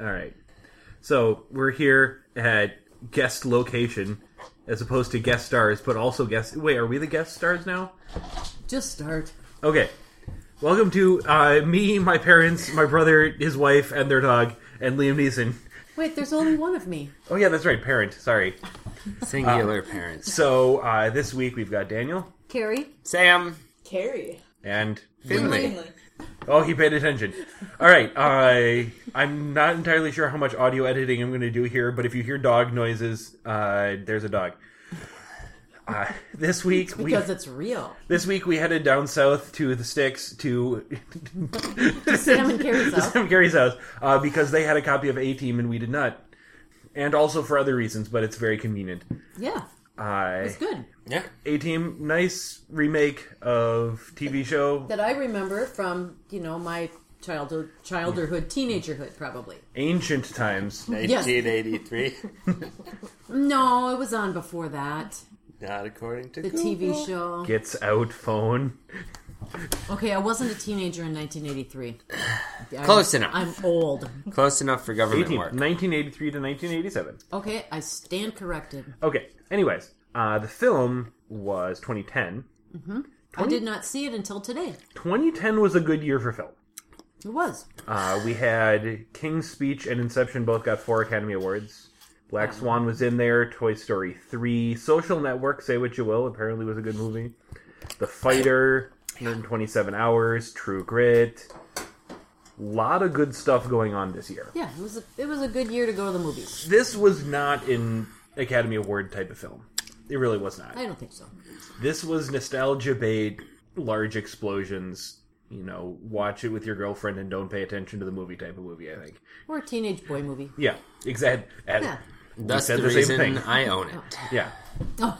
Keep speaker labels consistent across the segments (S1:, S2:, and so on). S1: All right. So we're here at guest location, as opposed to guest stars, but also guest. Wait, are we the guest stars now?
S2: Just start.
S1: Okay. Welcome to uh, me, my parents, my brother, his wife, and their dog, and Liam Neeson.
S2: Wait, there's only one of me.
S1: Oh yeah, that's right, parent. Sorry. Uh,
S3: Singular parents.
S1: So uh, this week we've got Daniel
S2: Carrie.
S3: Sam
S4: Carrie.
S1: and
S3: Finley.
S4: Finley.
S1: Oh, he paid attention. All right, I I'm not entirely sure how much audio editing I'm going to do here, but if you hear dog noises, uh, there's a dog. Uh, this week we
S2: Because it's real.
S1: this week we headed down south to the sticks to
S2: Sam and Carrie's
S1: to
S2: up.
S1: Sam Gary's house uh, because they had a copy of A Team and we did not, and also for other reasons, but it's very convenient.
S2: Yeah,
S1: Uh,
S2: it's good.
S3: Yeah.
S1: A Team, nice remake of TV show
S2: That I remember from, you know, my childhood, childerhood, teenagerhood, probably.
S1: ancient times.
S3: 1983.
S2: No, it was on before that.
S3: Not according to
S2: The TV show.
S1: Gets out phone.
S2: Okay, I wasn't a teenager in 1983. I'm-
S3: Close enough.
S2: I'm old.
S3: Close enough for government
S1: 18,
S3: work.
S1: 1983 to 1987.
S2: Okay, I stand corrected.
S1: Okay. Anyways, uh, the film was 2010.
S2: Mm-hmm. I did not see it until today.
S1: 2010 was a good year for film.
S2: It was.
S1: Uh, we had King's Speech and Inception both got four Academy Awards. Black Swan was in there. Toy Story 3. Social Network, say what you will, apparently was a good movie. The Fighter, 127 Hours, True Grit. Lot of good stuff going on this year.
S2: Yeah, it was. A, it was a good year to go to the movies.
S1: This was not an Academy Award type of film. It really was not.
S2: I don't think so.
S1: this was nostalgia bait large explosions you know watch it with your girlfriend and don't pay attention to the movie type of movie i think
S2: Or a teenage boy movie.
S1: yeah exactly
S2: Yeah.
S3: That's
S1: said
S3: the,
S1: the same
S3: reason
S1: thing.
S3: I own it.
S1: yeah
S2: Oh,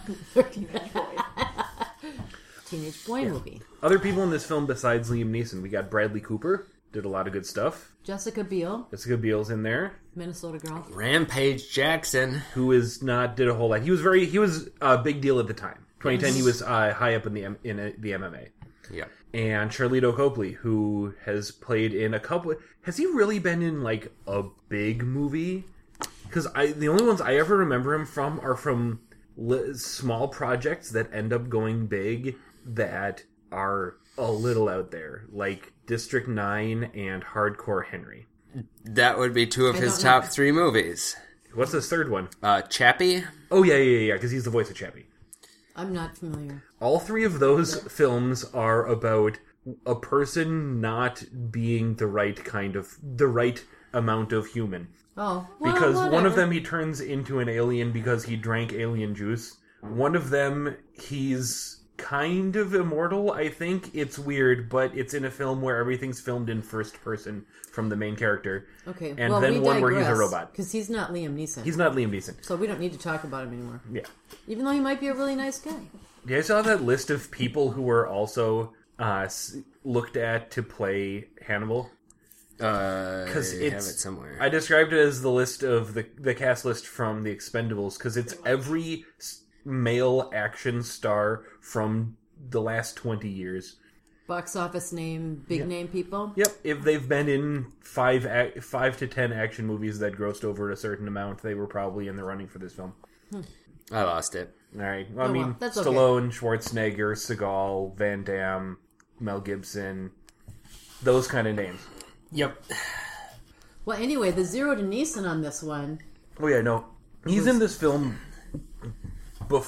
S2: teenage boy movie.
S1: other people in this film besides liam neeson we got bradley cooper did a lot of good stuff
S2: Jessica Biel,
S1: jessica biel's in there
S2: Minnesota girl.
S3: Rampage Jackson.
S1: who is not did a whole lot he was very he was a big deal at the time 2010 he was uh, high up in the M- in uh, the mma
S3: Yeah.
S1: and Charlito Copley, who has played in a couple. Has he really been in like a big movie? Because I the only ones I ever remember him from are from li- small projects that end up going big that are a little out there, like District Nine and Hardcore Henry.
S3: That would be two of his
S2: don't know.
S3: top three movies.
S1: What's this third one?
S3: Uh, Chappie.
S1: Oh yeah, yeah, yeah, because he's the voice of Chappie.
S2: I'm not familiar.
S1: All three of those films are about a person not being the right kind of the right amount of human.
S2: Oh, well,
S1: because one of
S2: whatever.
S1: them he turns into an alien because he drank alien juice. One of them he's kind of immortal. I think it's weird, but it's in a film where everything's filmed in first person from the main character.
S2: Okay,
S1: and
S2: well,
S1: then
S2: we
S1: one where he's a
S2: digress,
S1: robot.
S2: Because he's not Liam Neeson,
S1: He's not Liam Neeson.
S2: so we don't need to talk about him anymore.
S1: Yeah.
S2: Even though he might be a really nice guy.
S1: Yeah, I saw that list of people who were also uh, s- looked at to play Hannibal.
S3: Uh,
S1: 'Cause
S3: I have
S1: it's-
S3: it somewhere.
S1: I described it as the list of the the cast list from The Expendables because it's every s- male action star from the last twenty years.
S2: Box office name, big name people.
S1: Yep, if they've been in five ac- five to ten action movies that grossed over a certain amount, they were probably in the running for this film.
S3: I lost it.
S1: All right, well, I
S2: Oh,
S1: mean
S2: well, that's okay.
S1: Stallone, Schwarzenegger, Seagal, Van Damme, Mel Gibson, those kind of names.
S3: Yep.
S2: Well, anyway, the zero to Neeson on this one.
S1: Oh yeah, no, he's in this film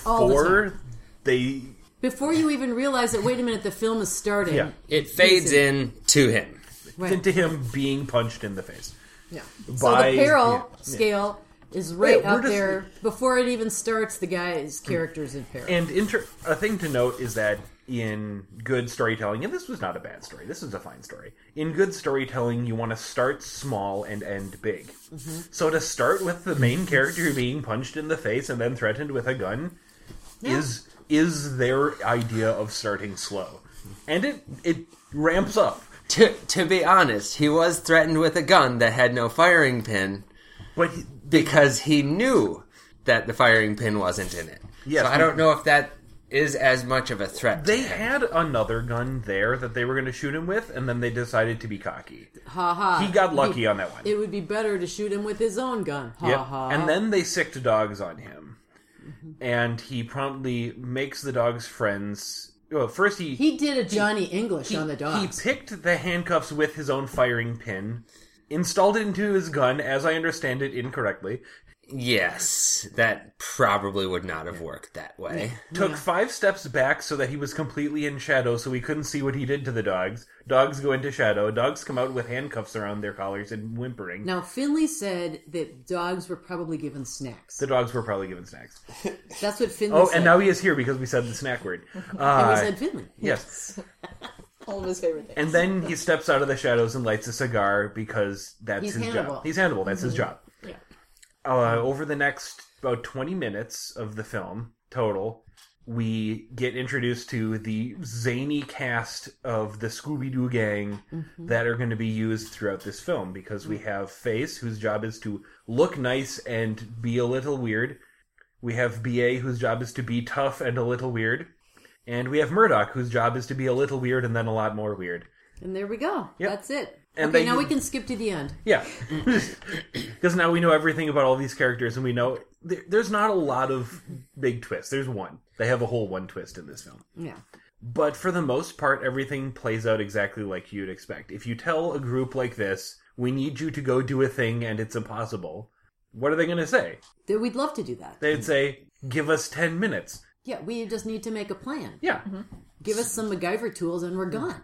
S2: All the
S1: before they
S2: Before you even realize that, wait a minute, the film is starting.
S1: Yeah.
S3: It fades in to him.
S2: Right.
S1: into him being punched in the face.
S2: Yeah.
S1: By-
S2: so the peril
S1: yeah.
S2: scale is right
S1: Yeah, we're
S2: up
S1: just-
S2: there before it even starts. The guy's character's in peril.
S1: And inter- a thing to note is that in good storytelling, and this was not a bad story, this is a fine story. In good storytelling, you want to start small and end big. So to start with the main character being punched in the face and then threatened with a gun is is their idea of starting slow, and it it ramps up.
S3: To, to be honest, he was threatened with a gun that had no firing pin
S1: But he-
S3: because he knew that the firing pin wasn't in it.
S1: Yes.
S3: so I don't know if that is as much of a threat. to
S1: They
S3: him.
S1: had another gun there that they were going to shoot him with, and then they decided to be cocky.
S2: Ha ha.
S1: He got lucky on that one.
S2: It would be better to shoot him with his own gun. Ha
S1: Yep.
S2: ha.
S1: And then they sicked dogs on him. And he promptly makes the dogs friends. Well, first he
S2: he did a Johnny English on the dogs.
S1: he picked the handcuffs with his own firing pin, installed it into his gun, as I understand it incorrectly,
S3: Yes, that probably would not have worked that way.
S1: took five steps back so that he was completely in shadow so he couldn't see what he did to the dogs. Dogs go into shadow, dogs come out with handcuffs around their collars and whimpering.
S2: now Finley said that dogs were probably given snacks.
S1: The dogs were probably given snacks.
S2: That's what Finley
S1: Oh,
S2: said.
S1: and now he is here because we said the snack word.
S2: And we
S1: Uh,
S2: said Finley.
S1: yes.
S4: All of his favorite things.
S1: And then he steps out of the shadows and lights a cigar because that's
S2: He's
S1: his
S2: Hannibal. Mm-hmm.
S1: job. He's Hannibal. That's his job.
S4: Yeah.
S1: Uh, over the next about 20 minutes of the film total, we get introduced to the zany cast of the Scooby Doo gang
S2: Mm-hmm.
S1: that are going to be used throughout this film because we have Face, whose job is to look nice and be a little weird. We have BA, whose job is to be tough and a little weird. And we have Murdoch, whose job is to be a little weird and then a lot more weird.
S2: And there we go.
S1: Yep.
S2: That's it.
S1: And
S2: okay,
S1: they-
S2: now we can skip to the end.
S1: Yeah, because now we know everything about all these characters, and we know there, there's not a lot of big twists. There's one. They have a whole one twist in this film,
S2: Yeah.
S1: but for the most part, everything plays out exactly like you'd expect. If you tell a group like this, "We need you to go do a thing, and it's impossible," what are they going to say?
S2: Th- We'd love to do that.
S1: They'd say, "Give us ten minutes."
S2: Yeah, we just need to make a plan.
S1: Yeah.
S2: Give us some MacGyver tools and we're gone.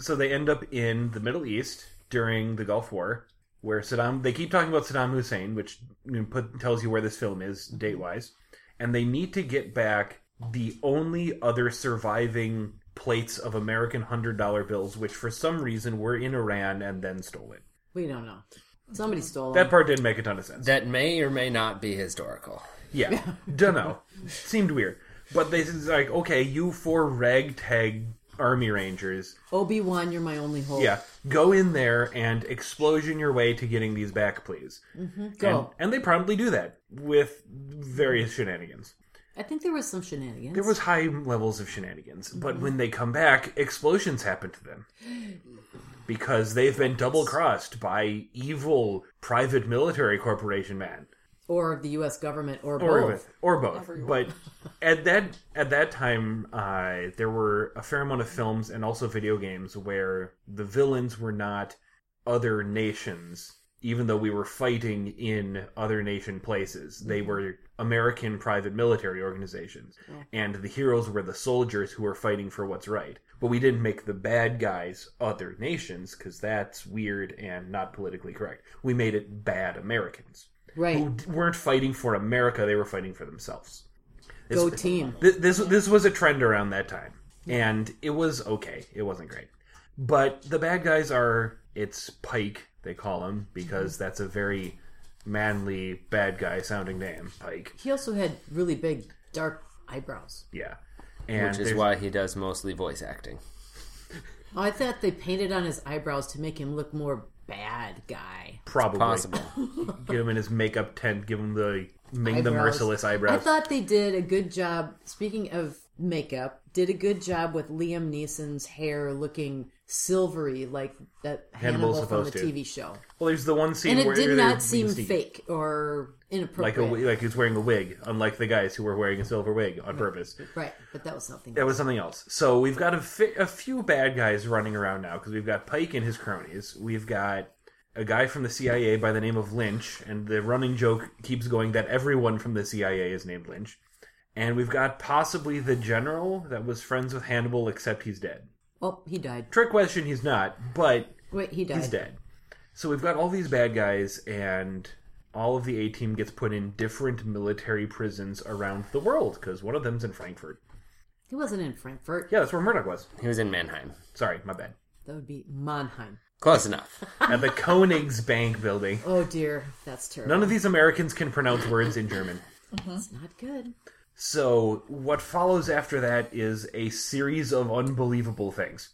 S1: So they end up in the Middle East during the Gulf War, where Saddam. They keep talking about Saddam Hussein, which you know, put, tells you where this film is date wise, and they need to get back the only other surviving plates of American hundred dollar bills, which for some reason were in Iran and then stolen.
S2: We don't know. Somebody stole
S1: That
S2: them.
S1: part didn't make a ton of sense.
S3: That may or may not be historical.
S1: Yeah, don't know. Seemed weird, but they it's like, okay, you four ragtag army rangers
S2: Obi Wan, you're my only hope.
S1: Yeah, go in there and explosion your way to getting these back, please. And,
S2: Go.
S1: and they promptly do that with various shenanigans.
S2: I think there was some shenanigans.
S1: There was high levels of shenanigans, but when they come back, explosions happen to them because they've been double crossed by evil private military corporation man,
S2: or the U.S. government, or,
S1: or
S2: both.
S1: both, or both. But at that at that time, uh, there were a fair amount of films and also video games where the villains were not other nations, even though we were fighting in other nation places. They were American private military organizations, and the heroes were the soldiers who were fighting for what's right. But we didn't make the bad guys other nations because that's weird and not politically correct. We made it bad Americans
S2: Right.
S1: who d- weren't fighting for America; they were fighting for themselves. This,
S2: Go team.
S1: thi- This this was a trend around that time, and it was okay. It wasn't great, but the bad guys are it's Pike they call him because
S2: Mm-hmm.
S1: that's a very manly bad guy sounding name, Pike.
S2: He also had really big, dark eyebrows.
S1: Yeah, and
S3: Which is
S1: there's-
S3: why he does mostly voice acting.
S2: Oh, I thought they painted on his eyebrows to make him look more bad guy.
S1: probably
S3: Possible.
S1: give him in his makeup tent, give him the Ming the
S2: Eyebrows.
S1: merciless
S2: I
S1: eyebrows.
S2: thought they did a good job. Speaking of makeup, did a good job with Liam Neeson's hair looking silvery, like that
S1: Hannibal's
S2: Hannibal from the
S1: supposed to.
S2: TV show,
S1: well, there's the one scene
S2: and it
S1: where
S2: did
S1: they're
S2: not seem
S1: being sneaky.
S2: fake or
S1: Like a
S2: inappropriate.
S1: wi- like he's wearing a wig, unlike the guys who were wearing a silver wig on purpose.
S2: right, but that was something.
S1: That was something else. So we've got a, fi- a few bad guys running around now because we've got Pike and his cronies. We've got a guy from the CIA by the name of Lynch, and the running joke keeps going that everyone from the CIA is named Lynch. And we've got possibly the general that was friends with Hannibal, except he's dead.
S2: Oh, he died.
S1: Trick question, he's not, but
S2: Wait, he died.
S1: he's dead. So we've got all these bad guys, and all of the A team gets put in different military prisons around the world because one of them's in Frankfurt.
S2: He wasn't in Frankfurt.
S1: Yeah, that's where Murdoch was.
S3: He was in Mannheim.
S1: Sorry, my bad.
S2: That would be Mannheim.
S3: Close enough.
S1: at the Koenigsbank building.
S2: Oh dear, that's terrible.
S1: None of these Americans can pronounce words in German.
S2: It's not good.
S1: So, what follows after that is a series of unbelievable things.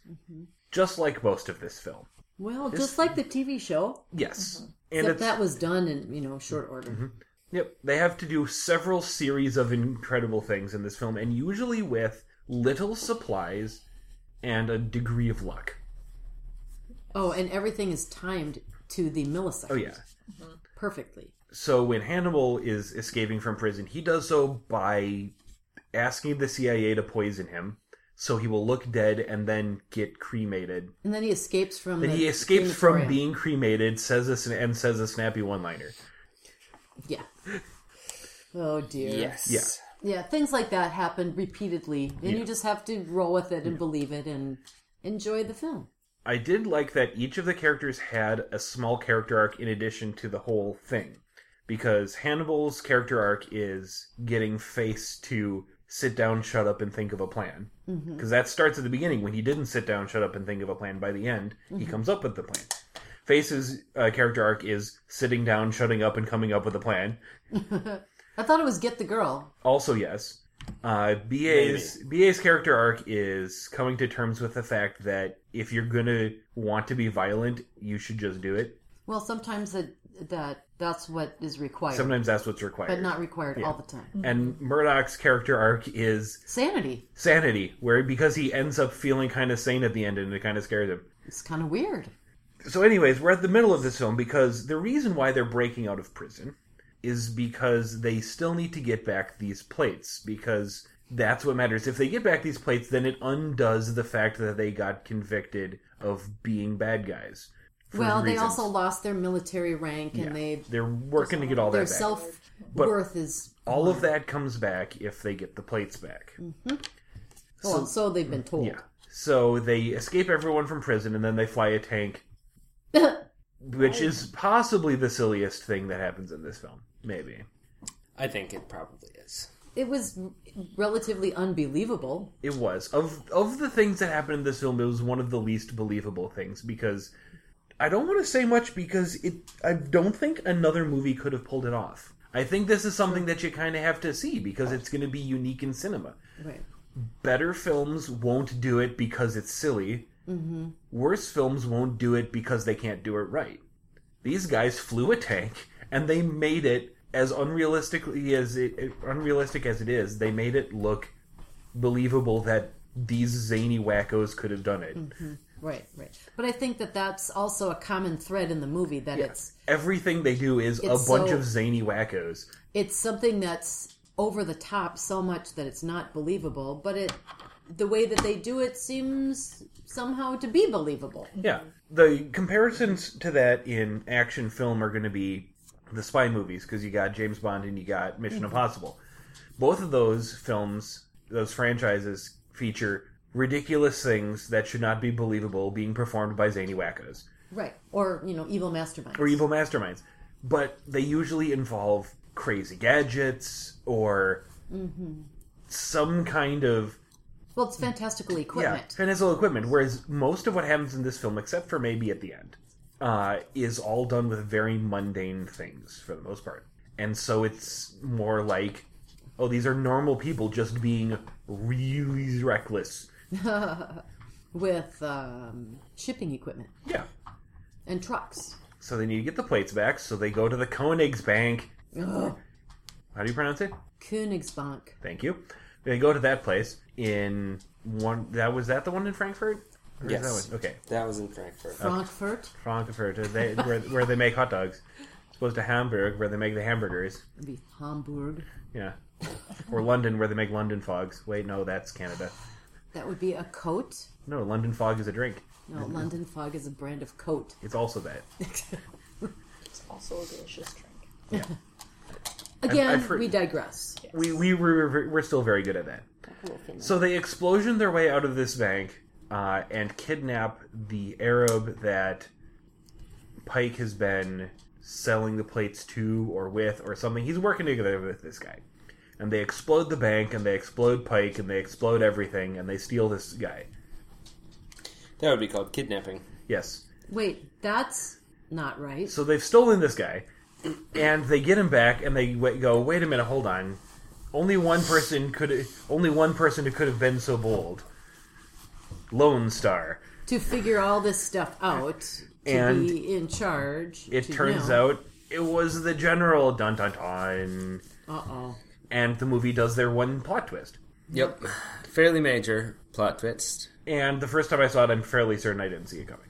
S1: Just like most of this film.
S2: Well, just like the TV show,
S1: Yes. And
S2: except
S1: it's, Mm-hmm.
S2: that was done in you know short order.
S1: Yep, they have to do several series of incredible things in this film, and usually with little supplies and a degree of luck.
S2: Oh, and everything is timed to the millisecond.
S1: Oh, yeah.
S2: Perfectly.
S1: So when Hannibal is escaping from prison, he does so by asking the CIA to poison him so he will look dead and then get cremated.
S2: And then he escapes from.
S1: Then
S2: the
S1: he escapes from
S2: crematorium.
S1: being cremated, says a, sn- and says a snappy one-liner.
S2: Yeah. Oh dear.
S1: Yes.
S2: Yeah, things like that happen repeatedly, and you just have to roll with it and believe it and enjoy the film.
S1: I did like that each of the characters had a small character arc in addition to the whole thing. Because Hannibal's character arc is getting face to sit down, shut up, and think of a plan. Because that starts at the beginning when he didn't sit down, shut up, and think of a plan. By the end, he comes up with the plan. Face's uh, character arc is sitting down, shutting up, and coming up with a plan.
S2: I thought it was Get the Girl.
S1: Also, yes. Uh, BA's BA's character arc is coming to terms with the fact that if you're gonna want to be violent, you should just do it.
S2: Well, sometimes that that that's what is required,
S1: Sometimes that's what's required.
S2: but not required all the time.
S1: and Murdoch's character arc is
S2: Sanity.
S1: sanity, where because he ends up feeling kind of sane at the end, and it kind of scares him.
S2: It's kind of weird.
S1: So, anyways, we're at the middle of this film because the reason why they're breaking out of prison is because they still need to get back these plates because that's what matters. If they get back these plates, then it undoes the fact that they got convicted of being bad guys. for
S2: Well, they
S1: reasons.
S2: also lost their military rank, and they
S1: they're working to get all
S2: their
S1: that back.
S2: self worth is
S1: all of that comes back if they get the plates back.
S2: Mm-hmm. well, so they've been told.
S1: Yeah. So they escape everyone from prison and then they fly a tank, which is possibly the silliest thing that happens in this film. Maybe.
S3: I think it probably is.
S2: It was relatively unbelievable.
S1: It was of of the things that happened in this film. It was one of the least believable things because I don't want to say much because it. I don't think another movie could have pulled it off. I think this is something that you kind of have to see because it's going to be unique in cinema.
S2: Right.
S1: Better films won't do it because it's silly. Mm-hmm. Worse films won't do it because they can't do it right. These guys flew a tank and they made it as unrealistically as it unrealistic as it is. They made it look believable that these zany wackos could have done it.
S2: Mm-hmm. Right, right. But I think that that's also a common thread in the movie that it's
S1: Everything they do is
S2: It's
S1: a bunch
S2: so-
S1: of zany wackos.
S2: it's something that's over the top so much that it's not believable, but it the way that they do it seems somehow to be believable.
S1: Yeah. The comparisons to that in action film are going to be the spy movies because you got James Bond and you got Mission Impossible. Both of those films, those franchises, feature ridiculous things that should not be believable being performed by zany wackos
S2: Right. Or, you know, evil mastermind.
S1: or evil masterminds. But they usually involve crazy gadgets or some kind of
S2: well, it's fantastical
S1: yeah,
S2: equipment.
S1: Peninsula equipment. Whereas most of what happens in this film, except for maybe at the end, uh, is all done with very mundane things for the most part. And so it's more like, oh, these are normal people just being really reckless.
S2: With um, shipping equipment
S1: Yeah.
S2: and trucks.
S1: So they need to get the plates back, so they go to the Koenigsbank.
S2: Ugh.
S1: How do you pronounce it?
S2: Koenigsbank.
S1: Thank you. They go to that place in one. That was that the one in Frankfurt. Or is
S3: Yes.
S1: That one? Okay.
S3: That was in Frankfurt.
S2: Frankfurt.
S1: Frankfurt, they, where, where they make hot dogs. It's Supposed to Hamburg, where they make the hamburgers.
S2: It'd be Hamburg.
S1: Yeah. Or London, where they make London fogs. Wait, no, that's Canada.
S2: That would be a coat.
S1: No, London fog is a drink.
S2: No, London fog is a brand of coat.
S1: It's also that.
S4: It's also a delicious drink.
S2: Again,
S1: I've heard-
S2: we digress.
S1: We we were we're still very good at that. So they explosion their way out of this bank uh, and kidnap the Arab that Pike has been selling the plates to or with or something. He's working together with this guy. And they explode the bank and they explode Pike and they explode everything and they steal this guy.
S3: That would be called kidnapping.
S1: Yes.
S2: Wait, that's not right.
S1: So they've stolen this guy, and they get him back, and they wa go, "Wait a minute, hold on. Only one person could. Only one person who could have been so bold. Lone Star.
S2: to figure all this stuff out, to
S1: And
S2: be in charge.
S1: It
S2: to
S1: turns
S2: know.
S1: out it was the general dun dun dun,
S2: Uh oh.
S1: and the movie does their one plot twist.
S3: Yep. Fairly major plot twist.
S1: And the first time I saw it, I'm fairly certain I didn't see it coming.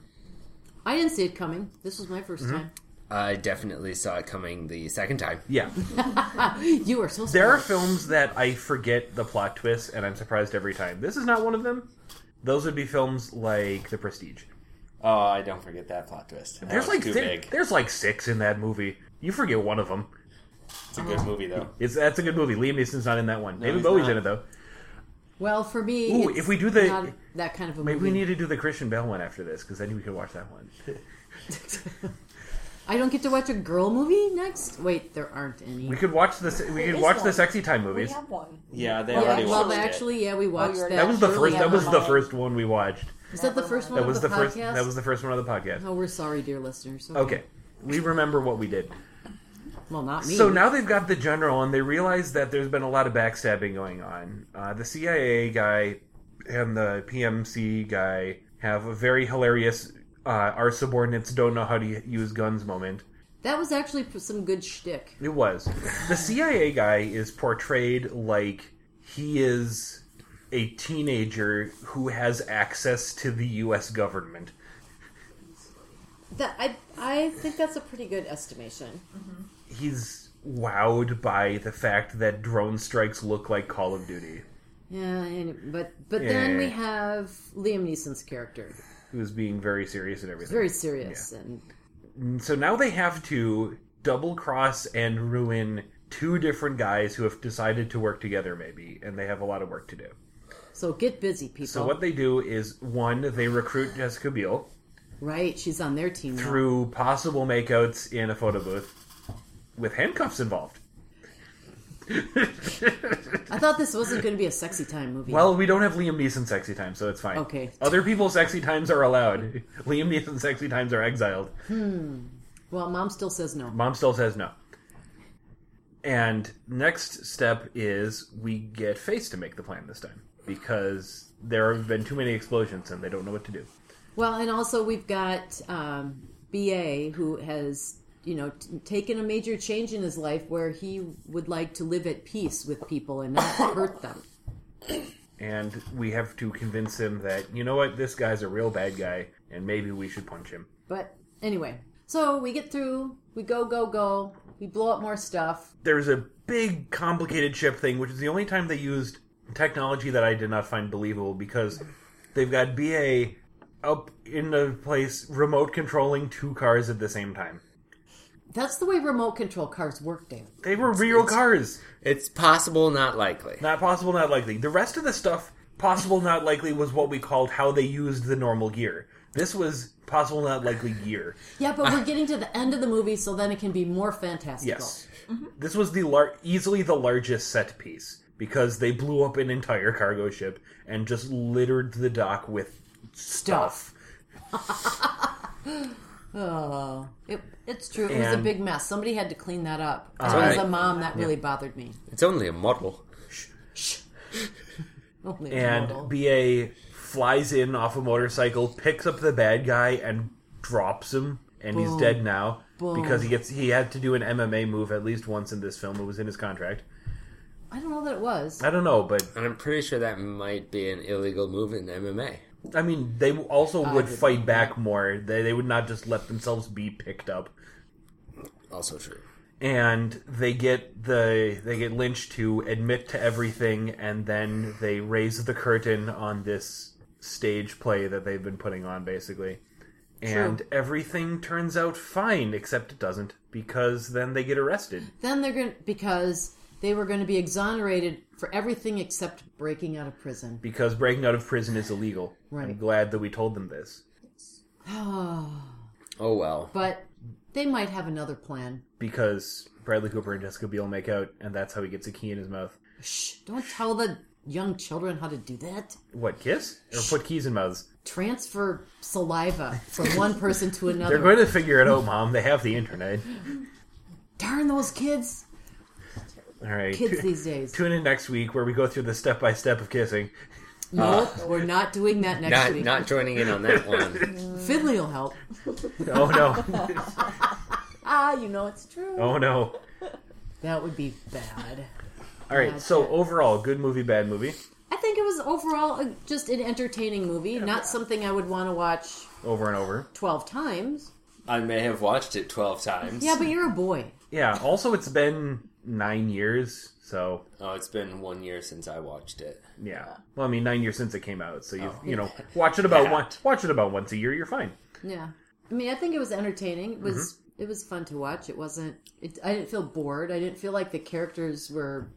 S2: I didn't see it coming. This was my 1st
S1: Mm-hmm.
S2: time.
S3: I definitely saw it coming the second time.
S1: Yeah,
S2: You are so
S1: there are
S2: smart.
S1: films that I forget the plot twists, and I'm surprised every time. This is not one of them. Those would be films like The Prestige.
S3: Oh, I don't forget that plot twist. That
S1: There's
S3: was
S1: like
S3: Oh, too
S1: si-
S3: big.
S1: there's like six in that movie. You forget one of them.
S3: It's a good movie though.
S1: It's that's a good movie. Liam Neeson's not in that one. David
S3: he's
S1: Bowie's
S3: not.
S1: in it though.
S2: Well, for me,
S1: Ooh,
S2: it's
S1: if we do the-
S2: not that kind of a
S1: Maybe
S2: movie.
S1: we need to do the Christian Bale one after this because then we can watch that one.
S2: I don't get to watch a girl movie next. Wait, there aren't any.
S1: We could watch this. We
S4: There
S1: could
S4: is
S1: watch the
S4: one.
S1: sexy time
S4: We
S1: movies.
S4: have one.
S3: Yeah, they
S2: yeah,
S4: already
S2: well,
S4: watched it.
S2: actually, yeah, we watched
S4: already-
S2: that.
S1: That was the
S2: early
S1: first. That
S2: on.
S1: was the
S4: Nevermind.
S1: first one we watched.
S2: Is that the first one?
S1: That was
S2: of
S1: the
S2: the,
S1: first.
S2: Podcast?
S1: That was the first one of the podcast.
S2: Oh, we're sorry, dear listeners.
S1: Okay, we remember what we did.
S2: Well, not me.
S1: So now they've got the general, and they realize that there's been a lot of backstabbing going on. Uh, the CIA guy and the PMC guy have a very hilarious uh, "our subordinates don't know how to use guns" moment.
S2: that was actually p- some good shtick.
S1: It was. The CIA guy is portrayed like he is a teenager who has access to the US government.
S2: That I I think that's a pretty good estimation.
S1: He's wowed by the fact that drone strikes look like Call of Duty.
S2: Yeah, and, but but then
S1: Yeah.
S2: we have Liam Neeson's character,
S1: He was being very serious and everything.
S2: very serious, and
S1: So now they have to double cross and ruin two different guys who have decided to work together maybe and they have a lot of work to do.
S2: so get busy, people.
S1: So what they do is one they recruit Jessica Biel
S2: Right, she's on their team. now.
S1: through possible makeouts in a photo booth with handcuffs involved.
S2: I thought this wasn't going to be a sexy time movie.
S1: Well, we don't have Liam Neeson sexy time, so it's fine.
S2: Okay.
S1: Other people's sexy times are allowed. Liam Neeson sexy times are exiled.
S2: well, mom still says no.
S1: Mom still says no. And next step is we get Face to make the plan this time because there have been too many explosions and they don't know what to do.
S2: Well, and also we've got um, BA who has, you know, t- taken a major change in his life where he would like to live at peace with people and not hurt them.
S1: And we have to convince him that, you know what, this guy's a real bad guy and maybe we should punch him.
S2: But anyway, so we get through, we go, go, go, we blow up more stuff.
S1: there's a big complicated ship thing, which is the only time they used technology that I did not find believable because they've got BA up in a place remote controlling two cars at the same time.
S2: That's the way remote control cars work, David.
S1: They were real cars.
S3: It's possible, not likely.
S1: Not possible, not likely. The rest of the stuff, possible, not likely, was what we called how they used the normal gear. This was possible, not likely gear.
S2: Yeah, but we're getting to the end of the movie, so then it can be more fantastical.
S1: Yes.
S2: mm-hmm.
S1: This was the lar- easily the largest set piece because they blew up an entire cargo ship and just littered the dock with stuff.
S2: Oh, it, it's true. It was a
S1: And-
S2: big mess. Somebody had to clean that up. As, well as a
S3: right.
S2: mom, that really bothered me.
S3: It's only a model.
S2: Only a
S1: And
S2: little.
S1: BA flies in off a motorcycle, picks up the bad guy and drops him and he's
S2: Boom.
S1: dead now
S2: Boom.
S1: because he gets he had to do an MMA move at least once in this film. It was in his contract.
S2: I don't know that it was.
S1: I don't know, but
S3: And I'm pretty sure that might be an illegal move in MMA.
S1: I mean, they also would
S2: didn't
S1: fight back more. They they would not just let themselves be picked up.
S3: Also true.
S1: and they get the they get Lynch to admit to everything, and then they raise the curtain on this stage play that they've been putting on, basically. And everything turns out fine, except it doesn't, because then they get arrested.
S2: Then they're going to, because they were going to be exonerated for everything except breaking out of prison.
S1: Because breaking out of prison is illegal. I'm
S2: Right.
S1: glad that we told them this.
S3: Oh well.
S2: But they might have another plan.
S1: Because Bradley Cooper and Jessica Biel make out, and that's how he gets a key in his mouth.
S2: Shh, don't tell the young children how to do that.
S1: What, kiss? Or put keys in mouths?
S2: Transfer saliva from one person to another.
S1: They're going to figure it out, Mom. They have the internet.
S2: Darn those kids.
S1: All right.
S2: Kids these days.
S3: Uh.
S1: Tune in next week where we go through the step by step of kissing.
S2: No, we're not doing that next
S3: Not
S2: week.
S3: not joining in on that one.
S2: Finley will help.
S1: Oh no.
S4: ah, you know it's true.
S1: Oh no.
S2: That would be bad.
S1: All right.
S2: That's
S1: so
S2: it.
S1: overall, good movie, bad movie.
S2: I think it was overall uh, just an entertaining movie, not something I would want to watch
S1: Over and over.
S2: 12 times.
S3: I may have watched it 12 times.
S2: Yeah, but you're a boy.
S1: Yeah. Also, it's been nine years, so
S3: Oh, it's been one year since I watched it.
S1: yeah. Well, I mean, nine years since it came out, so you you know watch it about
S3: Oh, Yeah.
S1: one watch it about once a year. You're fine.
S2: Yeah. I mean, I think it was entertaining. It was
S1: Mm-hmm.
S2: it was fun to watch. It wasn't it, I didn't feel bored. I didn't feel like the characters were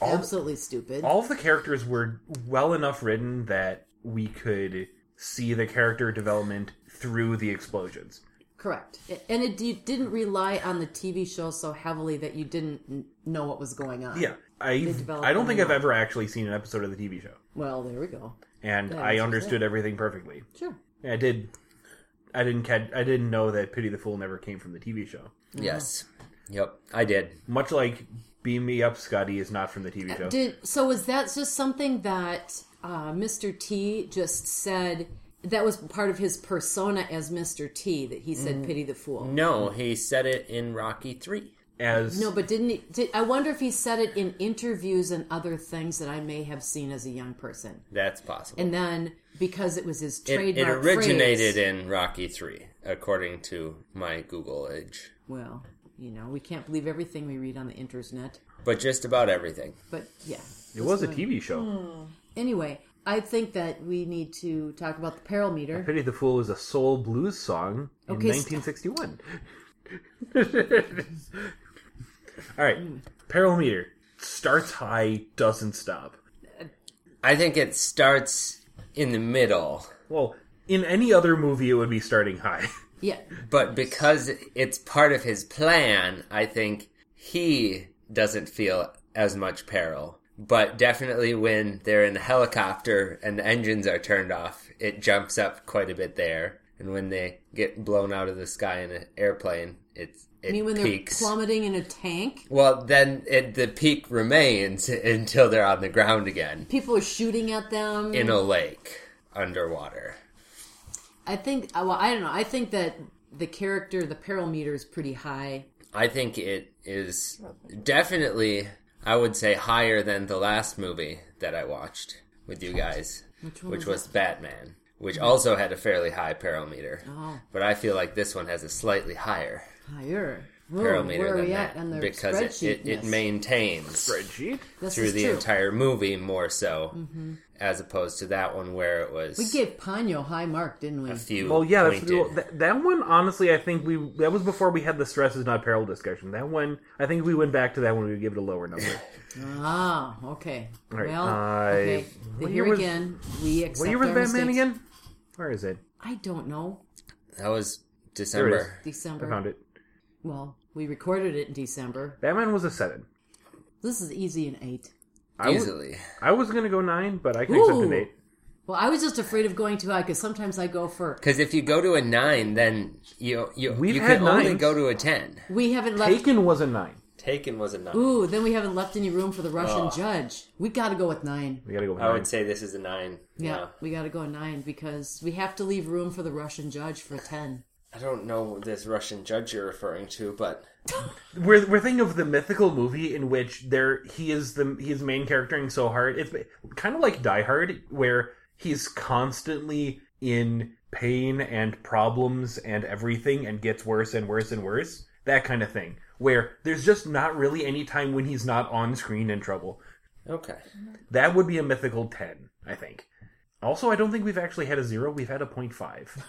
S2: absolutely stupid.
S1: all of the characters were well enough written that we could see the character development through the explosions.
S2: Correct. And it you didn't rely on the TV show so heavily that you didn't n- know what was going on.
S1: Yeah, I
S2: developed
S1: I don't think
S2: them
S1: I've ever actually seen an episode of the TV show,
S2: Well, there we go.
S1: and
S2: Yeah, that's
S1: I
S2: what
S1: understood everything perfectly.
S2: Sure.
S1: I did. I didn't catch, I didn't know that Pity the Fool never came from the TV show.
S3: Yes. Yep, I did.
S1: Much like Beam Me Up, Scotty is not from the TV show.
S2: Uh, Did so was that just something that uh, Mr. T just said that was part of his persona as Mr. T that he
S1: Mm-hmm.
S2: said pity the fool.
S3: No, he said it in Rocky 3.
S1: As
S2: No, but didn't he? Did, I wonder if he said it in interviews and other things that I may have seen as a young person,
S3: That's possible.
S2: and then because it was his
S3: it,
S2: trademark,
S3: it originated
S2: phrase-
S3: in Rocky 3, according to my Google age.
S2: Well, you know, we can't believe everything we read on the internet,
S3: But just about everything.
S2: but yeah.
S1: it was a TV show.
S2: Hmm. Anyway, I think that we need to talk about the peril meter.
S1: Pity the Fool is a soul blues song in
S2: Okay, st-
S1: 1961. All right, Peril Meter starts high, doesn't stop.
S3: I think it starts in the middle,
S1: Well, in any other movie, it would be starting high.
S2: Yeah,
S3: but because it's part of his plan, I think he doesn't feel as much peril. But definitely when they're in the helicopter and the engines are turned off, it jumps up quite a bit there. And when they get blown out of the sky in an airplane, it's it
S2: I mean when
S3: peaks.
S2: they're plummeting in a tank,
S3: well, then it, the peak remains until they're on the ground again
S2: people are shooting at them.
S3: in a lake underwater.
S2: I think. uh, Well, I don't know. I think that the character, the peril meter, is pretty high.
S3: I think it is definitely, I would say, higher than the last movie that I watched with you guys, which,
S2: one was
S3: was Batman, which also had a fairly high parameter.
S2: Oh.
S3: But I feel like this one has a slightly higher
S2: Higher. Whoa,
S3: parameter
S2: Oh, where are
S3: than
S2: we at
S3: that
S2: on the
S3: because it,
S2: spreadsheet?
S3: it, it maintains
S1: Spreadsheet.
S2: this
S3: through
S2: is
S3: the
S2: true. Mm-hmm.
S3: entire movie more so, as opposed to that one where it was
S2: We gave Ponyo a high mark, didn't we?
S3: a few.
S1: Well, yeah, that's,
S3: pointed.
S1: well, that, that one. Honestly, I think we that was before we had the stress is not peril discussion. That one, I think we went back to that one. We would give it a lower number.
S2: Ah, okay.
S1: right,
S2: Well,
S1: I-
S2: okay.
S1: what year
S2: Here
S1: was-
S2: again, we accept
S1: what year was
S2: our
S1: Batman
S2: mistakes.
S1: again? Where is it?
S2: I don't know.
S3: that was
S1: it
S3: December.
S1: I
S2: December.
S1: found it.
S2: Well, we recorded it in December.
S1: Batman was a seven.
S2: This is easy in eight.
S1: I would-
S3: Easily.
S1: I was gonna go nine, but I can accept
S2: Ooh.
S1: an eight.
S2: Well, I was just afraid of going too high because sometimes I go for.
S3: Because if you go to a nine, then you you
S1: We've
S3: you
S1: had
S3: can only
S1: nines.
S3: go to a ten.
S2: We haven't left.
S1: Taken was a nine.
S3: Taken was a nine.
S2: Ooh, then we haven't left any room for the Russian judge. We got to go with nine.
S1: We gotta go with
S3: I
S1: nine.
S3: would say this is a nine.
S2: Yeah, we got to go nine because we have to leave room for the Russian judge for ten.
S3: I don't know this Russian judge you're referring to, but
S1: We're we're thinking of the mythical movie in which there he is the he is main charactering so hard. It's kind of like Die Hard, where he's constantly in pain and problems and everything, and gets worse and worse and worse. That kind of thing, where there's just not really any time when he's not on screen in trouble.
S3: okay.
S1: That would be a mythical ten, I think. Also, I don't think we've actually had a zero. We've had a point five.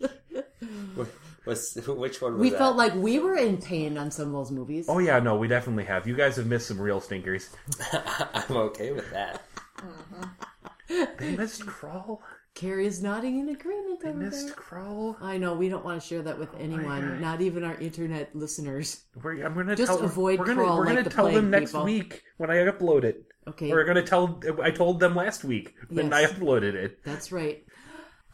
S3: Was which one was
S2: We
S3: that?
S2: felt like we were in pain on some of those movies.
S1: Oh yeah, no, we definitely have. You guys have missed some real stinkers.
S3: I'm okay with that.
S1: They missed Crawl.
S2: Carrie is nodding in agreement over there.
S1: Missed Oh Crawl.
S2: I know we don't want to share that with anyone, not even our internet listeners.
S1: We're, I'm gonna
S2: Just
S1: tell,
S2: avoid
S1: we're gonna,
S2: crawl
S1: We're
S2: like
S1: gonna
S2: the
S1: tell them
S2: plague,
S1: next
S2: people.
S1: week when I upload it.
S2: Okay,
S1: We're gonna tell. I told them last week when
S2: Yes.
S1: I uploaded it.
S2: that's right.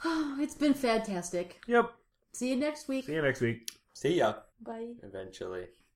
S2: Oh, it's been fantastic.
S1: Yep.
S2: See you next week.
S1: See you next week.
S3: See ya
S4: Bye.
S3: eventually.